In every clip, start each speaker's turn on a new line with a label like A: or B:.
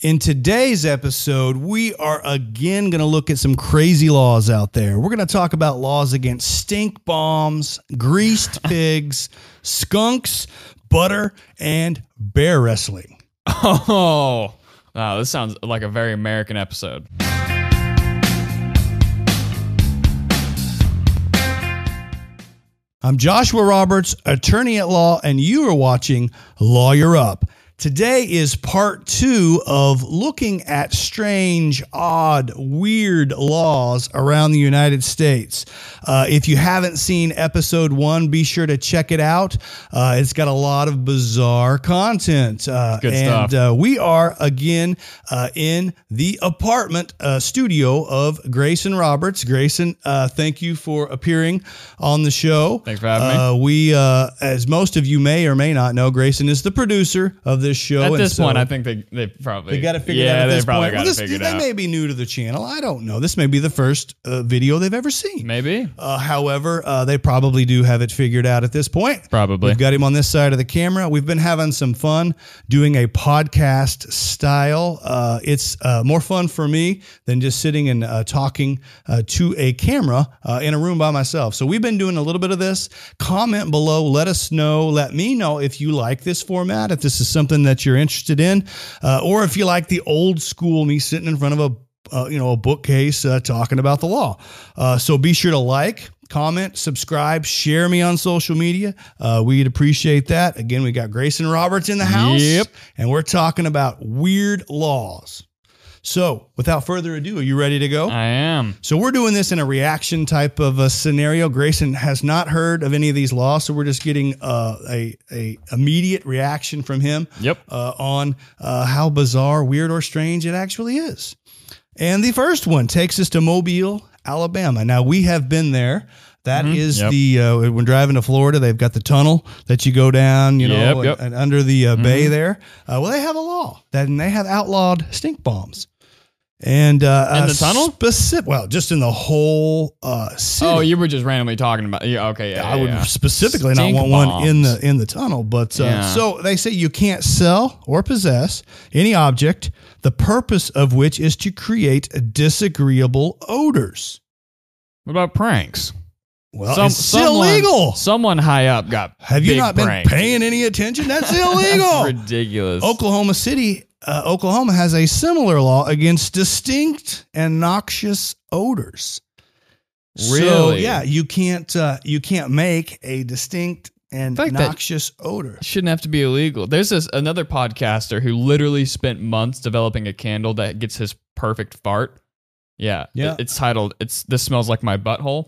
A: In today's episode, we are again going to look at some crazy laws out there. We're going to talk about laws against stink bombs, greased pigs, skunks, butter, and bear wrestling.
B: Oh, wow. This sounds like a very American episode.
A: I'm Joshua Roberts, attorney at law, and you are watching Lawyer Up. Today is part two of looking at strange, odd, weird laws around the United States. Uh, if you haven't seen episode one, be sure to check it out. Uh, it's got a lot of bizarre content. Uh,
B: Good
A: and,
B: stuff.
A: uh, we are again uh, in the apartment uh, studio of Grayson Roberts. Grayson, uh, thank you for appearing on the show.
B: Thanks for having me.
A: Uh, we, uh, as most of you may or may not know, Grayson is the producer of this show.
B: At
A: and
B: this
A: so
B: point, I think they, they probably
A: they got to figure
B: yeah,
A: it out. At
B: they
A: this
B: probably
A: point.
B: got
A: Well, this-
B: to figure it
A: they
B: out.
A: may be new to the channel. I don't know. This may be the first uh, video they've ever seen.
B: Maybe,
A: Uh, however, uh, they probably do have it figured out at this point.
B: probably.
A: We've got him on this side of the camera. We've been having some fun doing a podcast style. Uh, it's uh, more fun for me than just sitting and uh, talking uh, to a camera uh, in a room by myself. So we've been doing a little bit of this. Comment below. Let us know. Let me know if you like this format, if this is something that you're interested in, uh, or if you like the old school me sitting in front of a uh, you know a bookcase uh, talking about the law. Uh, so be sure to like, comment, subscribe, share me on social media. Uh, we'd appreciate that. Again, we got Grayson Roberts in the house.
B: Yep.
A: and we're talking about weird laws. So without further ado, are you ready to go?
B: I am.
A: So we're doing this in a reaction type of a scenario. Grayson has not heard of any of these laws, so we're just getting uh, a a immediate reaction from him
B: Yep.
A: uh, on uh, how bizarre, weird, or strange it actually is. And the first one takes us to Mobile, Alabama. Now we have been there. That is
B: Mm-hmm. Yep.
A: the uh, when driving to Florida, they've got the tunnel that you go down, you know,
B: Yep,
A: and,
B: yep. Mm-hmm.
A: and under the uh, bay there. Uh, well, they have a law that and they have outlawed stink bombs. And uh,
B: In
A: uh,
B: the tunnel?
A: specific. Well, just in the whole uh, city.
B: Oh, you were just randomly talking about. Yeah, okay. Yeah,
A: I
B: yeah,
A: would
B: yeah.
A: specifically
B: Stink
A: not want one in
B: bombs.
A: the in the tunnel. But uh,
B: Yeah.
A: so they say you can't sell or possess any object the purpose of which is to create disagreeable odors.
B: What about pranks?
A: Well, Uh, it's still
B: someone-
A: illegal.
B: Someone high up got.
A: Have you
B: big
A: not
B: pranked.
A: been paying any attention? That's
B: That's
A: illegal.
B: ridiculous.
A: Oklahoma City, uh, Oklahoma has a similar law against distinct and noxious odors. So,
B: Really?
A: yeah, you can't uh, you can't make a distinct and
B: fact that-
A: noxious odor.
B: shouldn't have to be illegal. There's this another podcaster who literally spent months developing a candle that gets his perfect fart. Yeah.
A: Yeah.
B: It- It's titled It's This Smells Like My Butthole.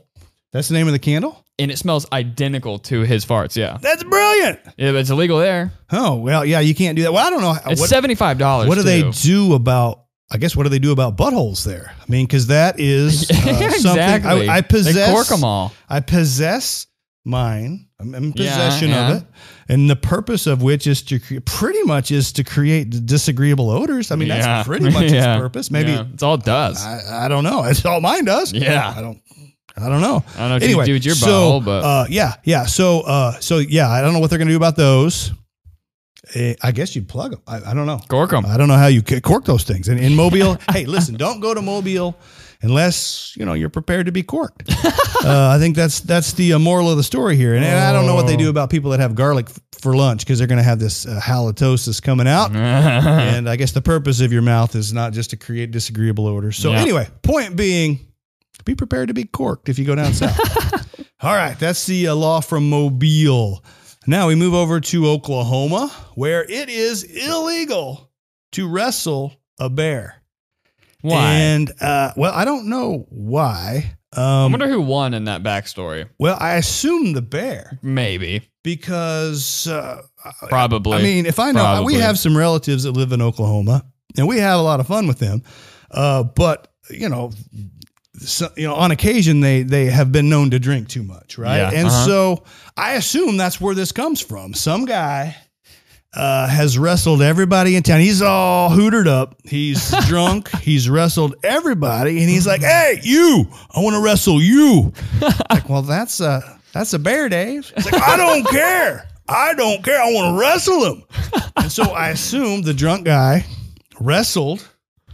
A: That's the name of the candle.
B: And it smells identical to his farts. Yeah.
A: That's brilliant.
B: Yeah, but it's illegal there.
A: Oh well, yeah, you can't do that. Well, I don't know.
B: It's
A: Uh, what,
B: seventy five dollars.
A: what do they do about? I guess what do they do about buttholes there? I mean, because that is uh, something
B: exactly.
A: I, I possess.
B: They cork 'em all.
A: I possess mine. I'm in
B: Yeah,
A: possession
B: yeah.
A: of it, and the purpose of which is to cre- pretty much is to create d- disagreeable odors. I mean,
B: Yeah.
A: that's pretty much
B: Yeah.
A: its purpose. Maybe
B: Yeah. it's all it does. I,
A: I, I don't know. It's all mine does.
B: Yeah.
A: I don't. I don't know.
B: don't know what you do with your butthole, but
A: uh, yeah, yeah. So, uh, so yeah, I don't know what they're gonna do about those. Eh, I guess you plug them. I, I don't know.
B: cork 'em.
A: I don't know how you ca- cork those things. And in Mobile, hey, listen, don't go to Mobile unless you know you're prepared to be corked. uh, I think that's that's the uh, moral of the story here. And, and I don't know what they
B: Oh.
A: do about people that have garlic f- for lunch because they're gonna have this uh, halitosis coming out.
B: Uh-huh.
A: And I guess the purpose of your mouth is not just to create disagreeable odors. So
B: Yeah.
A: anyway, point being, be prepared to be corked if you go down south. All right, that's the uh, law from Mobile. Now we move over to Oklahoma, where it is illegal to wrestle a bear.
B: Why?
A: And uh, well, I don't know why.
B: I
A: Um,
B: wonder who won in that backstory.
A: well, I assume the bear
B: Maybe.
A: because uh,
B: Probably.
A: I mean, if I know,
B: Probably.
A: we have some relatives that live in Oklahoma, and we have a lot of fun with them. Uh, but you know, so, you know, on occasion they they have been known to drink too much, right?
B: Yeah,
A: and
B: uh-huh.
A: so I assume that's where this comes from. Some guy. Uh, has wrestled everybody in town. He's all hootered up. He's drunk. He's wrestled everybody, and he's like, "Hey, you! I want to wrestle you." like, well, that's a that's a bear, Dave. It's like, I don't care. I don't care. I want to wrestle him. And so I assumed the drunk guy wrestled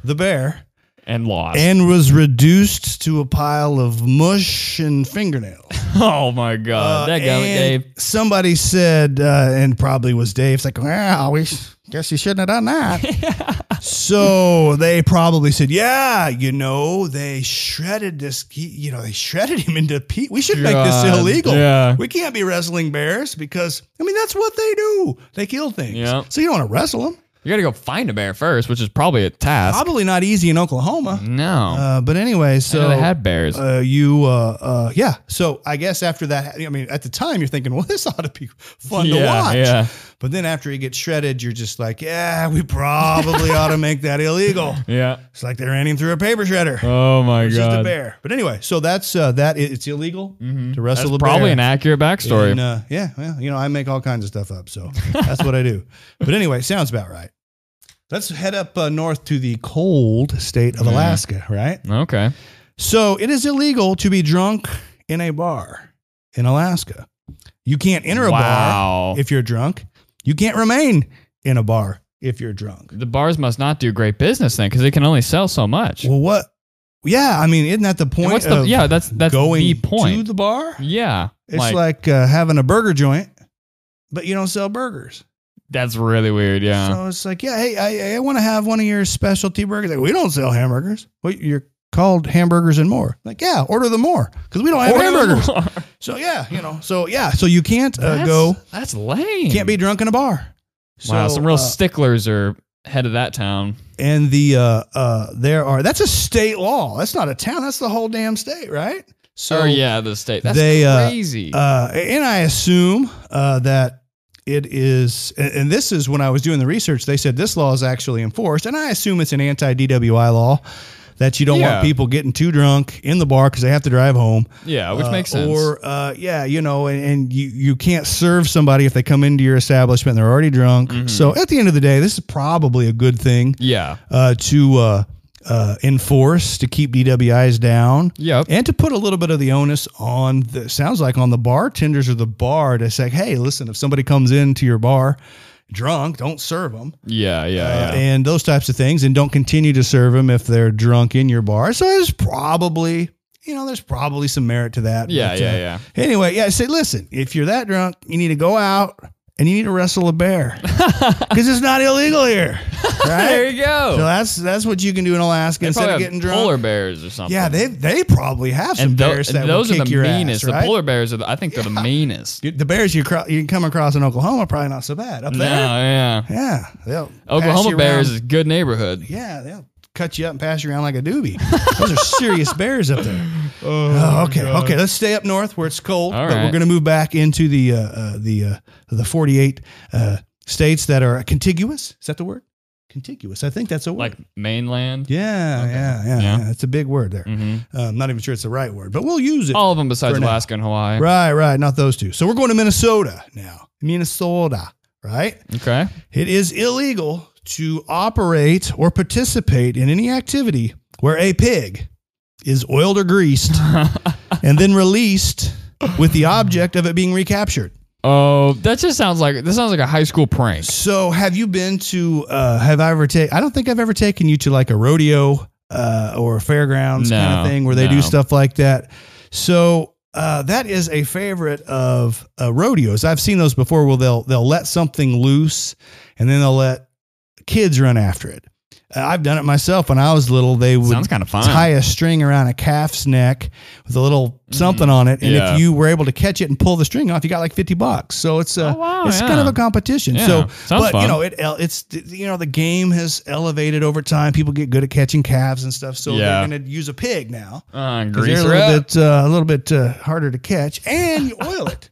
A: the bear
B: and lost.
A: and was reduced to a pile of mush and fingernails.
B: oh my god, that guy,
A: uh, and
B: Dave.
A: Somebody said, uh, and probably was Dave. It's like, well, we s- guess you shouldn't have done that. so they probably said, yeah, you know, they shredded this, he- you know, they shredded him into pe We should make this
B: God,
A: illegal.
B: yeah.
A: We can't be wrestling bears because, I mean, that's what they do. They kill things.
B: Yeah.
A: So you don't want to wrestle them.
B: You gotta go find a bear first, which is probably a task.
A: Probably not easy in Oklahoma.
B: no,
A: Uh, but anyway, so
B: so Mm-hmm. they had bears.
A: uh, you, uh, uh, yeah. So I guess after that, I mean, at the time you're thinking, well, this ought to be fun to
B: Yeah,
A: watch.
B: yeah.
A: But then after it gets shredded, you're just like, yeah, we probably ought to make that illegal.
B: yeah.
A: It's like they ran him through a paper shredder.
B: Oh my
A: It's just a
B: god. Mm-hmm.
A: bear. But anyway, so that's uh, that. it- It's illegal to
B: That's
A: wrestle the
B: probably
A: bear.
B: an accurate backstory.
A: And, uh, yeah, well, you know, I make all kinds of stuff up, so that's what I do. But anyway, sounds about right. Let's head up uh, north to the cold state of
B: Yeah.
A: Alaska, right?
B: okay.
A: So it is illegal to be drunk in a bar in Alaska. You can't enter a
B: wow.
A: bar if you're drunk. You can't remain in a bar if you're drunk.
B: the bars must not do great business then, because they can only sell so much.
A: Well, what? Yeah, I mean, isn't that the
B: And
A: point?
B: what's the
A: of
B: yeah? That's that's
A: going
B: the
A: to
B: point.
A: the bar.
B: yeah,
A: It's like, uh, having a burger joint, but you don't sell burgers.
B: that's really weird. Yeah,
A: So it's like, yeah, hey, I, I want to have one of your specialty burgers. Like, we don't sell hamburgers. Well, you're called hamburgers and more. Like, yeah, order them more because we don't have
B: Or
A: hamburgers.
B: more.
A: So yeah, you know, so yeah, so you can't uh,
B: That's-
A: go,
B: That's lame.
A: can't be drunk in a bar.
B: wow,
A: So,
B: some real
A: uh,
B: sticklers are head of that town.
A: and the uh, uh, there are that's a state law. That's not a town. That's the whole damn state, right? So
B: oh yeah, the state. That's
A: they, uh,
B: crazy.
A: Uh, and I assume uh, that it is, and, and this is when I was doing the research, they said this law is actually enforced. And I assume it's an anti DWI law that you don't
B: Yeah.
A: want people getting too drunk in the bar because they have to drive home.
B: yeah, which
A: Uh,
B: makes sense.
A: Or, uh, yeah, you know, and, and you, you can't serve somebody if they come into your establishment and they're already drunk.
B: Mm-hmm.
A: So at the end of the day, this is probably a good thing
B: yeah.
A: uh, to uh, uh, enforce to keep DWIs down.
B: Yep.
A: And to put a little bit of the onus on the sounds like on the bartenders or the bar to say, hey, listen, if somebody comes into your bar drunk, don't serve them
B: yeah. Yeah.
A: uh,
B: Yeah.
A: and those types of things, and don't continue to serve them if they're drunk in your bar. So there's probably, you know, there's probably some merit to that.
B: Yeah,
A: But, uh,
B: yeah, yeah.
A: Anyway, yeah, I say, listen, if you're that drunk, you need to go out and you need to wrestle a bear because it's not illegal here,
B: there
A: right?
B: you go.
A: so that's that's what you can do in Alaska
B: They
A: instead
B: probably
A: of
B: have
A: getting drunk.
B: Polar bears or something.
A: yeah, they they probably have some
B: and tho-
A: bears that
B: those
A: will
B: are
A: kick
B: the
A: your
B: meanest.
A: ass, right?
B: The polar bears are. The, I think they're the meanest.
A: You- the bears you cro- you can come across in Oklahoma are probably not so bad up
B: No,
A: there.
B: yeah.
A: Yeah, they'll pass
B: Oklahoma
A: you
B: bears
A: around.
B: is a good neighborhood.
A: Yeah, they'll cut you up and pass you around like a doobie. Those are serious bears up there. Oh, okay, okay. Let's stay up north where it's cold,
B: All
A: but we're
B: right.
A: going to move back into the uh, uh, the uh, the forty eight uh, states that are contiguous. Is that the word? Contiguous. I think that's a word.
B: Like mainland.
A: yeah, yeah, yeah,
B: Yeah.
A: yeah. That's a big word there.
B: hmm
A: Uh, I'm not even sure it's the right word, but we'll use it.
B: All of them besides
A: For now.
B: Alaska and Hawaii.
A: Right, right. Not those two. So we're going to Minnesota now. Minnesota, right?
B: Okay.
A: It is illegal to operate or participate in any activity where a pig is oiled or greased and then released with the object of it being recaptured.
B: Oh, that just sounds like this sounds like a high school prank.
A: So, have you been to? Uh, have I ever taken? I don't think I've ever taken you to like a rodeo uh, or a fairgrounds kind
B: No,
A: of thing where they do
B: no.
A: stuff like that. So. Uh, that is a favorite of uh, rodeos. I've seen those before. Where they'll they'll let something loose, and then they'll let kids run after it. Uh, I've done it myself when I was little. They would
B: Sounds kind of fun.
A: tie a string around a calf's neck with a little something on it, and
B: Mm. Yeah.
A: if you were able to catch it and pull the string off, you got like fifty bucks. So it's a
B: Oh, wow,
A: it's
B: yeah.
A: kind of a competition.
B: Yeah,
A: So,
B: sounds
A: but
B: fun.
A: you know, it el- it's you know the game has elevated over time. People get good at catching calves and stuff, so
B: Yeah.
A: they're going to use a pig now.
B: Uh,
A: 'Cause They're
B: grease
A: a
B: her
A: little
B: up.
A: bit uh, a little bit uh, harder to catch, and you oil it.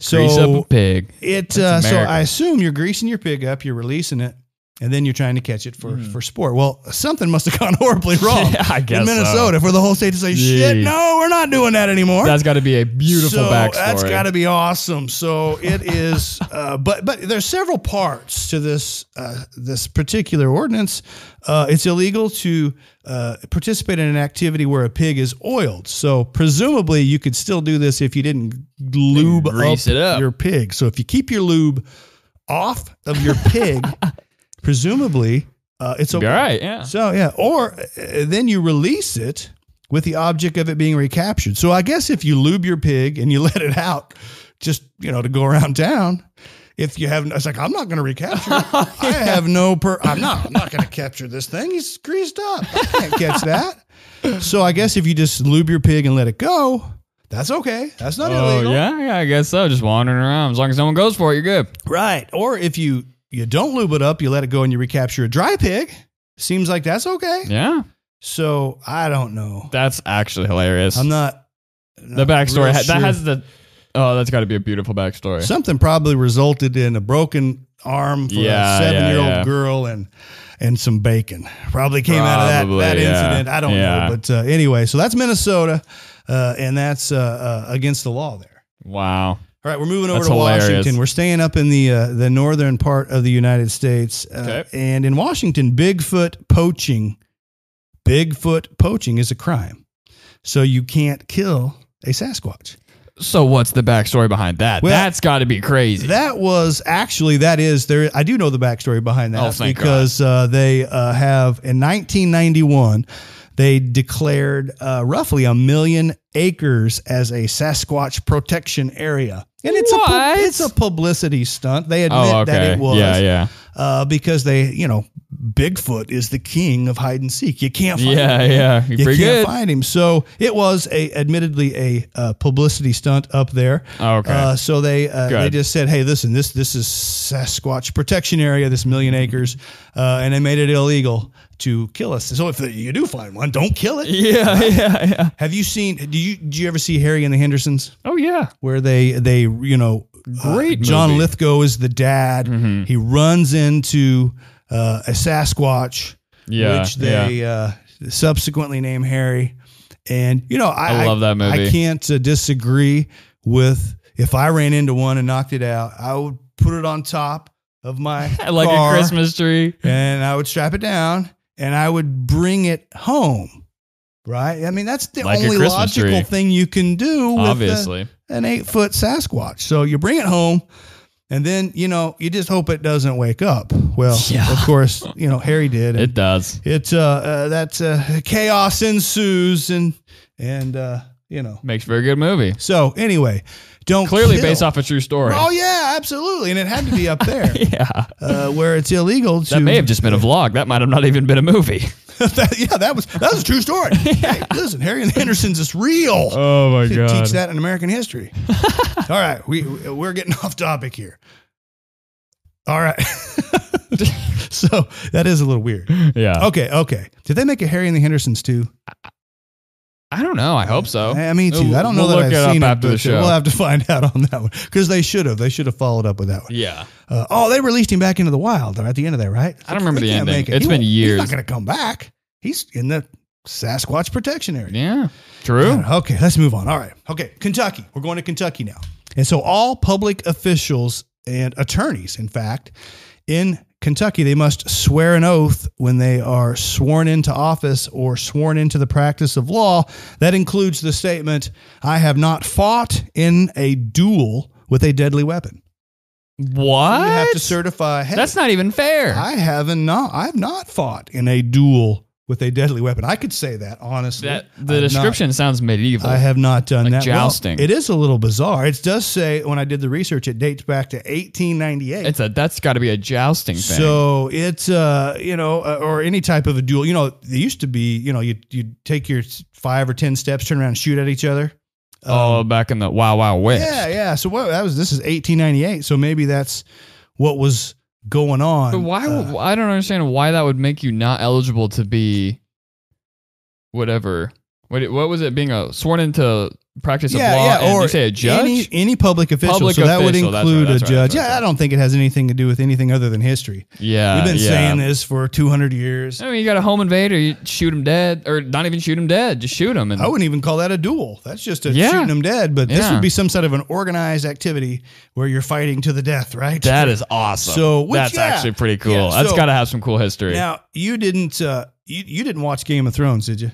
A: So
B: grease up a pig.
A: it
B: That's
A: uh, so
B: America.
A: I assume you're greasing your pig up, you're releasing it, and then you're trying to catch it for for sport. Well, something must have gone horribly wrong
B: Hmm. Yeah, I guess
A: in
B: so.
A: Minnesota for the whole state to say, "Shit,
B: Jeez.
A: no, we're not doing that anymore."
B: That's got to be a beautiful
A: so
B: backstory.
A: That's got to be awesome. So it is, uh, but but there's several parts to this uh, this particular ordinance. Uh, it's illegal to uh, participate in an activity where a pig is oiled. So presumably you could still do this if you didn't lube
B: Grease it up.
A: your pig. So if you keep your lube off of your pig, presumably Uh, it's
B: Be
A: okay.
B: all right. Yeah.
A: So yeah, or uh, then you release it with the object of it being recaptured. So I guess if you lube your pig and you let it out, just you know to go around town, if you have, it's like I'm not going to recapture. it. I have no per. I'm not. I'm not going to capture this thing. He's greased up. I can't catch that. So I guess if you just lube your pig and let it go, that's okay. That's not
B: Oh
A: illegal.
B: yeah, yeah. I guess so. Just wandering around. As long as no one goes for it, you're good.
A: Right. Or if you you don't lube it up, you let it go and you recapture a dry pig. Seems like that's okay.
B: Yeah.
A: So I don't know.
B: That's actually hilarious.
A: I'm not.
B: the backstory
A: real
B: ha-
A: sure.
B: that has the. Oh, that's got to be a beautiful backstory.
A: Something probably resulted in a broken arm for
B: Yeah, yeah,
A: a seven-year-old
B: yeah.
A: girl and and some bacon. Probably came out of
B: Probably,
A: that that
B: yeah.
A: incident. I don't
B: Yeah.
A: know, but uh, anyway, so that's Minnesota, uh, and that's uh, uh, against the law there.
B: wow.
A: All right, we're moving over
B: That's
A: to
B: hilarious.
A: Washington. We're staying up in the uh, the northern part of the United States, uh,
B: Okay.
A: and in Washington, Bigfoot poaching, Bigfoot poaching is a crime, so you can't kill a Sasquatch.
B: So what's the backstory behind that?
A: Well,
B: that's got to be crazy.
A: That was actually that is there. I do know the backstory behind that
B: Oh, thank
A: because uh, they uh, have in 1991 they declared uh, roughly a million acres as a Sasquatch protection area, and it's a
B: What?
A: pub- it's a publicity stunt. They admit
B: oh, okay.
A: that it was
B: Yeah, yeah,
A: Uh, because they you know Bigfoot is the king of hide and seek. You can't find him.
B: yeah, yeah. You're
A: You
B: pretty
A: can't
B: good.
A: find him. So it was a admittedly a uh, publicity stunt up there.
B: Oh, Okay.
A: Uh, so they uh,
B: Good.
A: they just said, hey, listen, this this is Sasquatch protection area, this million acres, uh, and they made it illegal to kill us. So if you do find one, don't kill it.
B: yeah, yeah, yeah.
A: Have you seen? Do you do you ever see Harry and the Hendersons?
B: Oh yeah.
A: where they they you know uh,
B: Great
A: John
B: movie. Mm-hmm.
A: Lithgow is the dad. He runs into uh, a Sasquatch,
B: Yeah,
A: which they uh, subsequently name Harry. And you know, I,
B: I love that movie.
A: I can't uh, disagree with if I ran into one and knocked it out, I would put it on top of my
B: Like
A: car,
B: a Christmas tree.
A: and I would strap it down and I would bring it home. Right? I mean, that's the
B: Like a
A: only
B: Christmas
A: logical
B: tree.
A: thing you can do. With the-
B: Obviously.
A: an eight foot Sasquatch. So you bring it home, and then you know you just hope it doesn't wake up. Well,
B: Yeah.
A: of course, you know Harry did.
B: It
A: And
B: does.
A: it, uh, uh, that uh, chaos ensues, and and uh, you know.
B: Makes for a good movie.
A: So anyway, don't
B: Clearly
A: kill.
B: based off a true story.
A: Oh yeah, absolutely, and it had to be up there
B: yeah.
A: uh, where it's illegal to.
B: That may have just been a vlog. That might have not even been a movie.
A: That- yeah, that was that was a true story. Hey, listen, Harry and the Hendersons is real.
B: Oh my
A: Should teach that in American history. All right, we we're getting off topic here. All right. so that is a little weird.
B: Yeah.
A: Okay, okay. Did they make a Harry and the Hendersons too?
B: I don't know. I hope so.
A: Eh, me too. I don't know
B: Oh. We'll
A: that
B: look it
A: I've
B: up
A: seen it.
B: after the
A: but
B: show.
A: We'll have to find out on that one because they should have. They should have followed up with that one.
B: Yeah.
A: Uh, oh, they released him back into the wild at the end of that, right?
B: I don't remember
A: They
B: the
A: can't
B: ending.
A: make it.
B: It's
A: He
B: been
A: won't- He's
B: years.
A: not going to come back. He's in the Sasquatch protection area.
B: Yeah. True.
A: Okay, let's move on. All right. Okay, Kentucky. We're going to Kentucky now. And so all public officials and attorneys, in fact, in Kentucky, they must swear an oath when they are sworn into office or sworn into the practice of law. That includes the statement, I have not fought in a duel with a deadly weapon.
B: What?
A: You have to certify, hey,
B: That's not even fair.
A: I haven't not I've not fought in a duel with a deadly weapon. I could say that honestly.
B: that the
A: I've not-
B: description sounds medieval.
A: I have not done
B: Like
A: that. Well,
B: jousting.
A: it is a little bizarre. It does say when I did the research, it dates back to 1898.
B: it's a that's got to be a jousting thing.
A: so it's uh you know uh, or any type of a duel. You know, there used to be you know you you take your s- five or ten steps, turn around, and shoot at each other. Um,
B: oh, back in the Wow Wow West.
A: Yeah, yeah. So what that was this is 1898. So maybe that's what was going on.
B: But why?
A: Uh,
B: would I don't understand why that would make you not eligible to be whatever. What, what was it? Being a sworn into practice of law? and you say a judge?
A: Any, any public official.
B: Public
A: so that would
B: official, that's right,
A: include
B: that's
A: a
B: right,
A: judge.
B: that's right.
A: yeah, I don't think it has anything to do with anything other than history.
B: yeah,
A: We've been
B: yeah.
A: saying this for 200 years.
B: I mean, you got a home invader, you shoot him dead, or not even shoot him dead, just shoot him. And
A: I wouldn't even call that a duel. That's just a
B: Yeah.
A: shooting them dead. But this
B: Yeah.
A: would be some sort of an organized activity where you're fighting to the death, right?
B: that is awesome.
A: So, which-
B: that's
A: yeah.
B: actually pretty
A: Yeah,
B: cool. that's
A: so-
B: got to have some cool history.
A: Now you didn't uh, you you didn't watch Game of Thrones, did you?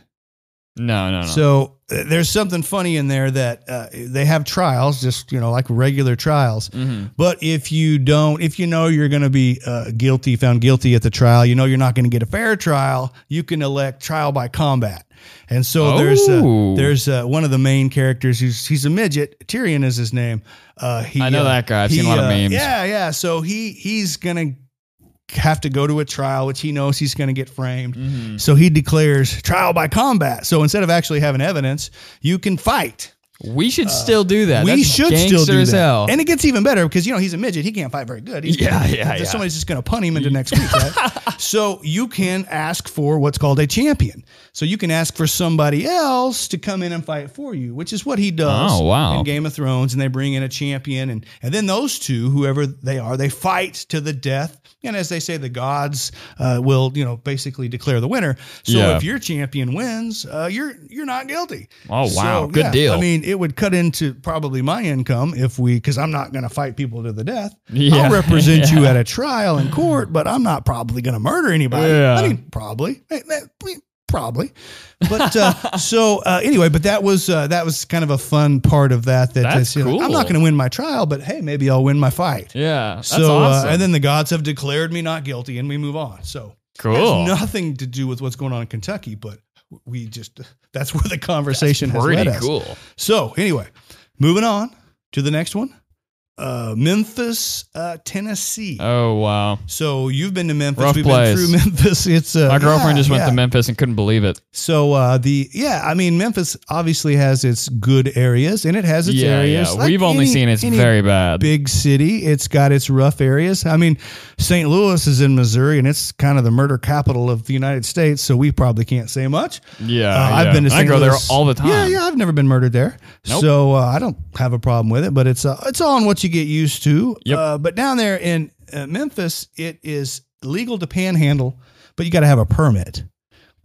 B: No, no, no.
A: So uh, there's something funny in there that uh, they have trials, just you know, like regular trials.
B: Mhm.
A: But if you don't, if you know you're going to be uh, guilty, found guilty at the trial, you know you're not going to get a fair trial. You can elect trial by combat. And so there's uh,
B: Oh.
A: there's uh, one of the main characters who's he's a midget. Tyrion is his name. Uh, he,
B: I know
A: uh,
B: that guy. I've seen a lot of memes.
A: Yeah, yeah. So he he's gonna have to go to a trial, which he knows he's gonna get framed.
B: Mhm.
A: So he declares trial by combat. So instead of actually having evidence, you can fight.
B: We should still do that.
A: we
B: That's
A: should
B: gangster
A: still do
B: as
A: that.
B: hell.
A: And it gets even better because you know he's a midget. He can't fight very good. He's
B: Yeah, yeah, yeah.
A: Somebody's just going to punt him into next week. Right? so you can ask for what's called a champion. So you can ask for somebody else to come in and fight for you, which is what he does.
B: Oh, wow.
A: In Game of Thrones, and they bring in a champion, and and then those two, whoever they are, they fight to the death. And as they say, the gods uh, will, you know, basically declare the winner. So
B: Yeah.
A: if your champion wins, uh, you're you're not guilty.
B: oh
A: So,
B: wow, good
A: yeah,
B: deal.
A: I mean, it would cut into probably my income if we, because I'm not going to fight people to the death.
B: Yeah.
A: I'll represent you at a trial in court, but I'm not probably going to murder anybody.
B: Yeah.
A: I mean, probably, Eh, eh, we- probably. But uh, so uh, anyway, but that was uh, that was kind of a fun part of that. That
B: That's
A: you know, I'm not
B: cool.
A: going to win my trial, but hey, maybe I'll win my fight.
B: yeah, that's
A: so
B: awesome.
A: uh, and then the gods have declared me not guilty, and we move on. So
B: cool.
A: has nothing to do with what's going on in Kentucky, but we just that's where the conversation has led
B: Pretty
A: us.
B: cool.
A: So anyway, moving on to the next one, uh, Memphis, uh, Tennessee.
B: Oh wow,
A: so you've been to Memphis.
B: Rough
A: We've
B: place.
A: been through Memphis. It's uh,
B: my girlfriend
A: yeah,
B: just went
A: yeah.
B: to Memphis and couldn't believe it.
A: So uh, the yeah, I mean Memphis obviously has its good areas and it has its
B: yeah,
A: areas.
B: yeah.
A: like
B: We've only
A: any-
B: seen it's
A: any
B: very bad.
A: big city. It's got its rough areas. I mean, St. Louis is in Missouri, and it's kind of the murder capital of the United States, so we probably can't say much.
B: yeah,
A: Uh,
B: yeah.
A: I've been to
B: And I
A: St.
B: go there
A: Louis-
B: all the time.
A: Yeah, yeah, I've never been murdered there,
B: Nope.
A: so uh, I don't have a problem with it. But it's uh, it's all on what you get used to.
B: Yep.
A: Uh, but down there in uh, Memphis, it is legal to panhandle, but you got to have a permit.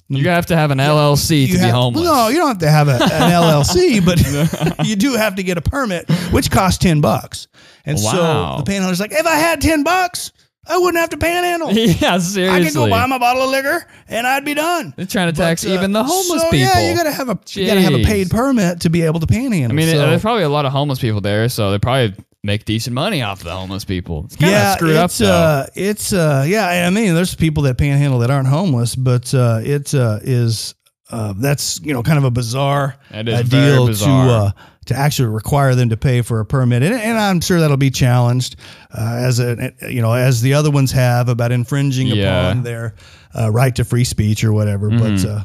B: You have to have an LLC to
A: You
B: be
A: have-
B: homeless.
A: No, you don't have to have a, an LLC, but you do have to get a permit, which costs ten bucks. And
B: Wow.
A: so the panhandler's like, if I had ten bucks, I wouldn't have to panhandle.
B: yeah,
A: I
B: seriously.
A: could go buy my bottle of liquor and I'd be done.
B: They're trying to
A: But,
B: tax
A: uh,
B: even the homeless
A: so,
B: people.
A: Yeah, you gotta have a you gotta have a
B: Jeez.
A: paid permit to be able to panhandle.
B: I mean,
A: so-
B: there's probably a lot of homeless people there, so they probably make decent money off the homeless people. It's kind of screwed up,
A: it's
B: though.
A: uh, it's uh, yeah. I mean, there's people that panhandle that aren't homeless, but uh, it uh, is uh, that's you know kind of a bizarre
B: That is
A: uh,
B: very
A: deal
B: bizarre.
A: to uh, to actually require them to pay for a permit, and, and I'm sure that'll be challenged uh, as a you know as the other ones have about infringing
B: Yeah.
A: upon their uh, right to free speech or whatever. But
B: Mm-hmm.
A: uh,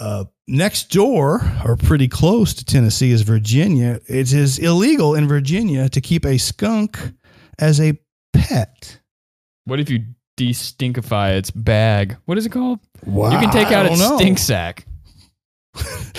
A: uh, next door or pretty close to Tennessee is Virginia. It is illegal in Virginia to keep a skunk as a pet.
B: what if you destinkify its bag? What is it called?
A: Wow.
B: you can take out
A: a
B: its stink sack.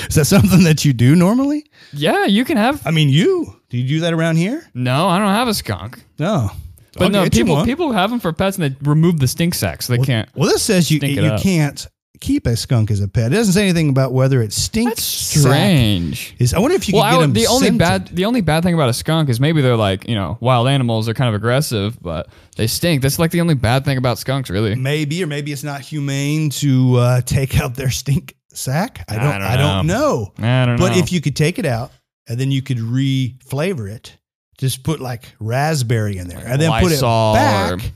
A: Is that something that you do normally?
B: Yeah, you can have.
A: I mean, you do you do that around here?
B: No, I don't have a skunk.
A: No.
B: But
A: I'll
B: no,
A: get you
B: people
A: one.
B: people have them for pets, and they remove the stink sack, so they can't.
A: Well, this says you
B: Stink it
A: you
B: up.
A: can't keep a skunk as a pet. It doesn't say anything about whether it stinks.
B: That's strange.
A: Is I wonder if you
B: Well,
A: can get
B: I would,
A: them
B: the only
A: scented.
B: bad the only bad thing about a skunk is maybe they're like you know wild animals. They're kind of aggressive, but they stink. That's like the only bad thing about skunks, really.
A: maybe or maybe it's not humane to uh, take out their stink sack. I don't I don't,
B: don't
A: know.
B: I don't
A: But
B: know.
A: if you could take it out and then you could re-flavor it, just put like raspberry in there, and then put it
B: Lysol
A: back,
B: or-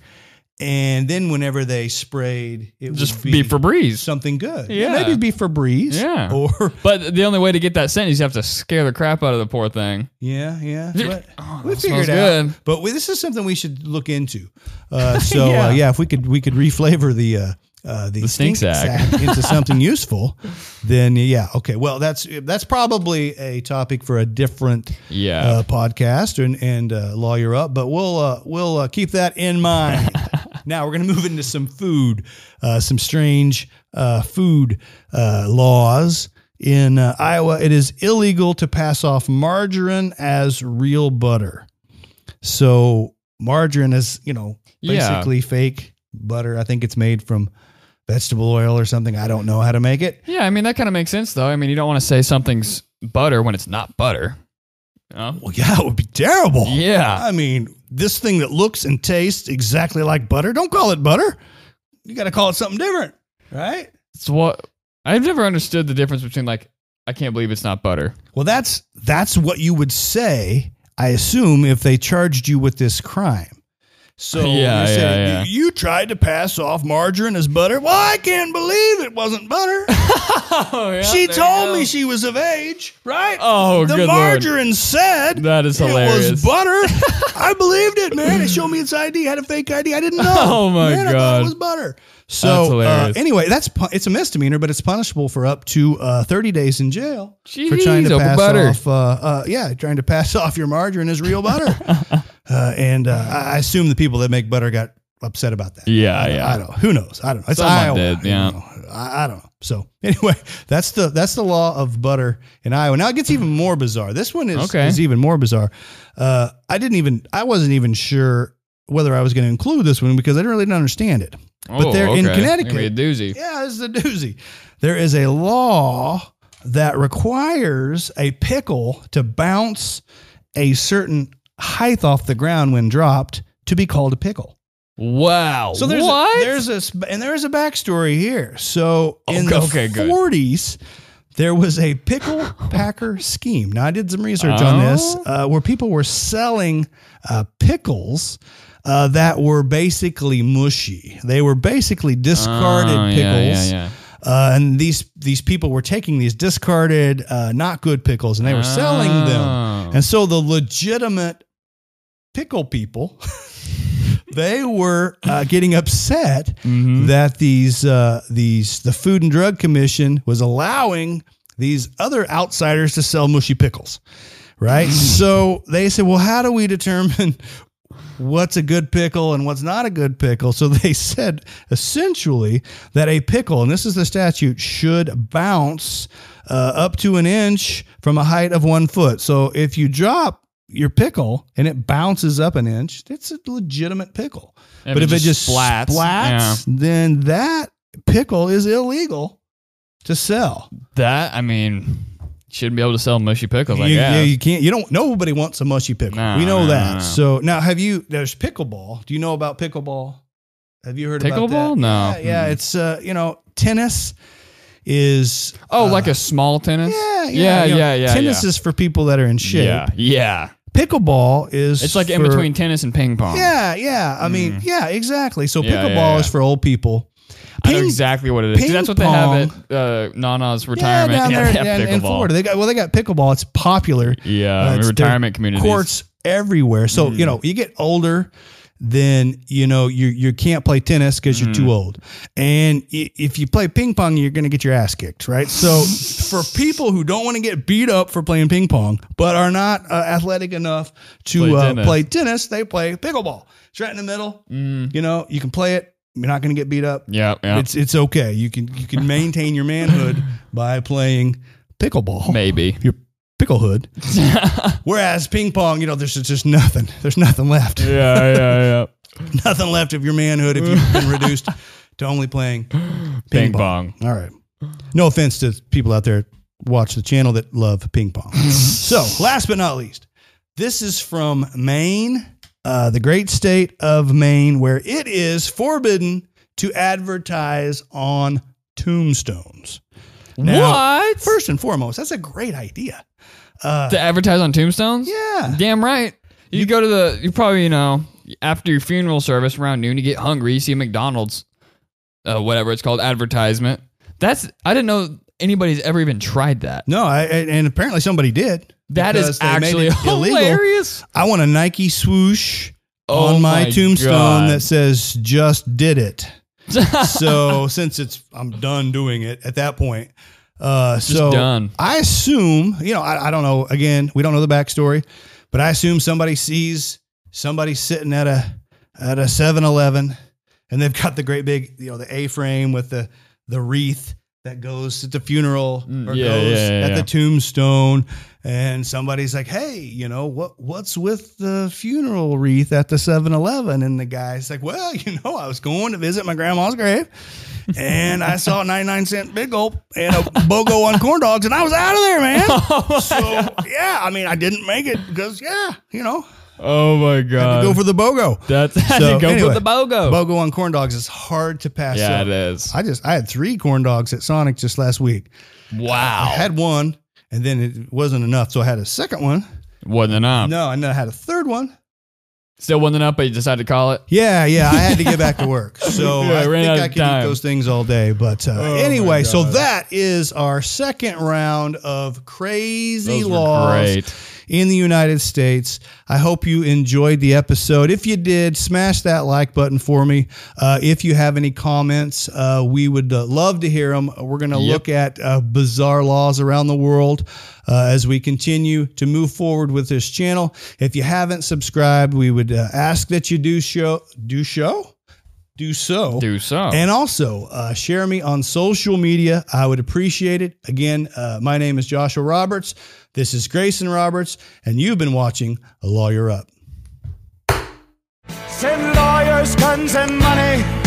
A: and then whenever they sprayed, it
B: just
A: would
B: be for breeze.
A: something good.
B: Yeah.
A: maybe it'd be Febreze.
B: Yeah.
A: or
B: But the only way to get that scent is you have to scare the crap out of the poor thing.
A: yeah, yeah. But
B: Oh,
A: we
B: that
A: figured
B: smells
A: out.
B: good.
A: But we, this is something we should look into. Uh, so yeah.
B: Yeah.
A: Uh, yeah, if we could we could reflavor the. Uh, uh, the,
B: stink sack.
A: into something useful, then yeah, okay. Well, that's that's probably a topic for a different
B: Yeah.
A: uh, podcast and and uh, lawyer up, but we'll uh, we'll uh, keep that in mind. now we're going to move into some food, uh, some strange uh, food uh, laws in uh, Iowa. It is illegal to pass off margarine as real butter. So margarine is you know
B: Yeah.
A: basically fake butter. I think it's made from vegetable oil or something. I don't know how to make it.
B: yeah, I mean that kind of makes sense though. I mean you don't want to say something's butter when it's not butter. You know?
A: Well, yeah, it would be terrible.
B: Yeah.
A: I mean, this thing that looks and tastes exactly like butter, don't call it butter. You got to call it something different, right?
B: It's what I've never understood the difference between like I can't believe it's not butter.
A: Well, that's that's what you would say, I assume, if they charged you with this crime. So
B: Yeah,
A: you,
B: yeah, yeah.
A: you tried to pass off margarine as butter. Well, I can't believe it wasn't butter.
B: Oh, yeah,
A: she
B: there you go.
A: told me she was of age, right?
B: Oh,
A: the
B: good lord.
A: margarine said
B: That is
A: It
B: hilarious.
A: was butter. I believed it, man. It showed me its ID. Had a fake ID. I didn't know.
B: Oh, my
A: man, I thought
B: God.
A: it was butter. So
B: That's
A: uh,
B: hilarious.
A: anyway, that's pu- it's a misdemeanor, but it's punishable for up to uh, thirty days in jail for
B: Jeez,
A: trying to
B: open
A: pass
B: butter.
A: off. Uh, uh, yeah, trying to pass off your margarine as real butter. uh, and uh, I I assume the people that make butter got upset about that.
B: Yeah,
A: I don't-
B: yeah.
A: I don't. Who knows? I don't know. It's
B: Someone
A: Iowa.
B: did,
A: you
B: yeah.
A: know. I, I don't know. So anyway, that's the that's the law of butter in Iowa. Now it gets even more bizarre. This one is
B: Okay.
A: is even more bizarre. Uh, I didn't even I wasn't even sure whether I was going to include this one because I didn't really understand it. But they're in Connecticut.
B: Oh, Maybe a doozy.
A: Yeah, this is a doozy. There is a law that requires a pickle to bounce a certain height off the ground when dropped to be called a pickle.
B: Wow.
A: So there's
B: what?
A: A, there's a sp- and there is a backstory here. So in
B: Okay,
A: the
B: okay, good.
A: 40s, there was a pickle packer scheme. Now I did some research on this,
B: Oh.
A: uh, where people were selling uh, pickles. Uh, that were basically mushy. They were basically discarded
B: Oh,
A: pickles,
B: Yeah, yeah, yeah.
A: Uh, and these these people were taking these discarded, uh, not good pickles, and they were selling them.
B: Oh.
A: And so the legitimate pickle people, they were uh, getting upset
B: Mhm.
A: that these uh, these the Food and Drug Commission was allowing these other outsiders to sell mushy pickles, right? so they said, well, how do we determine? What's a good pickle and what's not a good pickle? So they said essentially that a pickle, and this is the statute, should bounce uh, up to an inch from a height of one foot. So if you drop your pickle and it bounces up an inch, it's a legitimate pickle
B: And
A: but if it just splats,
B: yeah.
A: then that pickle is illegal to sell.
B: that I mean, shouldn't be able to sell mushy pickles. I
A: you,
B: guess.
A: you- you can't. You don't. Nobody wants a mushy pickle.
B: No,
A: we know
B: no,
A: that.
B: no, no.
A: So now, have you? There's pickleball. Do you know about pickleball? Have you heard about that?
B: Pickleball? No.
A: Yeah, yeah,
B: Mm.
A: it's uh, you know, tennis is.
B: oh,
A: uh,
B: like a small tennis.
A: Yeah, yeah,
B: yeah,
A: you know,
B: yeah, yeah.
A: Tennis
B: yeah.
A: is for people that are in shape.
B: Yeah, yeah.
A: Pickleball is.
B: It's like in
A: for-
B: between tennis and ping pong.
A: Yeah, yeah. I mean,
B: Mm.
A: yeah, exactly. So pickleball
B: Yeah, yeah,
A: is
B: yeah.
A: for old people.
B: I know
A: Ping-
B: exactly what it is. 'Cause that's what they have at uh, Nana's retirement.
A: Yeah, down
B: Yeah,
A: there
B: they have
A: in- in
B: pickleball.
A: Florida. They got well, they got pickleball. It's popular.
B: Yeah,
A: Uh,
B: I mean,
A: it's their
B: retirement communities.
A: Courts everywhere. So
B: Mm.
A: you know, you get older, then you know you you can't play tennis because you're
B: Mm.
A: too old. And i- if you play ping pong, you're going to get your ass kicked, right? So for people who don't want to get beat up for playing ping pong, but are not uh, athletic enough to
B: Play
A: uh,
B: tennis.
A: play tennis, they play pickleball. It's right in the middle.
B: Mm.
A: You know, you can play it. You're not going to get beat up.
B: Yeah, yeah.
A: It's it's okay. You can you can maintain your manhood by playing pickleball.
B: Maybe.
A: Your pickle hood. Whereas ping pong, you know, there's just nothing. There's nothing left.
B: yeah, yeah,
A: nothing left of your manhood if you've been reduced to only playing
B: yeah.
A: Ping
B: Ping
A: pong.
B: pong.
A: all right. No offense to people out there that watch the channel that love ping pong. so, last but not least, this is from Maine, uh, the great state of Maine, where it is forbidden to advertise on tombstones. Now-
B: what?
A: First and foremost, that's a great idea.
B: to advertise on tombstones?
A: Yeah.
B: Damn right. You, go to the, you probably, you know, after your funeral service around noon, you get hungry, you see a McDonald's, uh, whatever it's called, advertisement. That's, I didn't know anybody's ever even tried that.
A: No, I, and and apparently somebody did.
B: That
A: because
B: is
A: they made
B: actually
A: it
B: hilarious.
A: I want a Nike swoosh
B: Oh
A: on my,
B: my
A: tombstone
B: God.
A: that says "Just did it." so since it's I'm done doing it at that point, uh, so
B: done.
A: I assume you know I, I don't know. Again, we don't know the backstory, but I assume somebody sees somebody sitting at a at a 7-Eleven and they've got the great big you know the A frame with the the wreath that goes at the funeral
B: Mm,
A: or
B: yeah,
A: goes
B: yeah, yeah,
A: at the
B: yeah.
A: tombstone and somebody's like hey you know what what's with the funeral wreath at the 7-eleven and the guy's like well you know i was going to visit my grandma's grave and i saw a 99 cent big gulp and a bogo on corn
B: Oh
A: dogs and i was out of there man so yeah i mean i didn't make it because yeah you know
B: Oh my
A: Had
B: god.
A: to go for the BOGO.
B: That's had
A: So,
B: to go
A: anyway,
B: for the bogo.
A: BOGO on corn dogs is hard to pass
B: yeah,
A: up.
B: it is.
A: I just I had three corn dogs at Sonic just last week. I
B: Wow.
A: had one, and then it wasn't enough, so I had a second one.
B: Wasn't enough.
A: No, and then I had a third one.
B: Still wasn't enough, but you decided to call it.
A: Yeah, yeah, I had to get back to work, so
B: Yeah,
A: I think
B: ran out
A: I
B: of
A: could eat
B: time.
A: those things all day. But uh,
B: Oh my
A: anyway, so
B: God.
A: that is our second round of crazy
B: Those were
A: laws
B: great.
A: in the United States. I hope you enjoyed the episode. If you did, smash that like button for me. Uh, if you have any comments, uh, we would uh, love to hear them. We're going to
B: Yep.
A: look at uh, bizarre laws around the world uh, as we continue to move forward with this channel. If you haven't subscribed, we would uh, ask that you do show do show do so.
B: Do so.
A: And also, uh, share me on social media. I would appreciate it. Again, uh, my name is Joshua Roberts. This is Grayson Roberts, and you've been watching Lawyer Up.
C: Send lawyers, guns, and money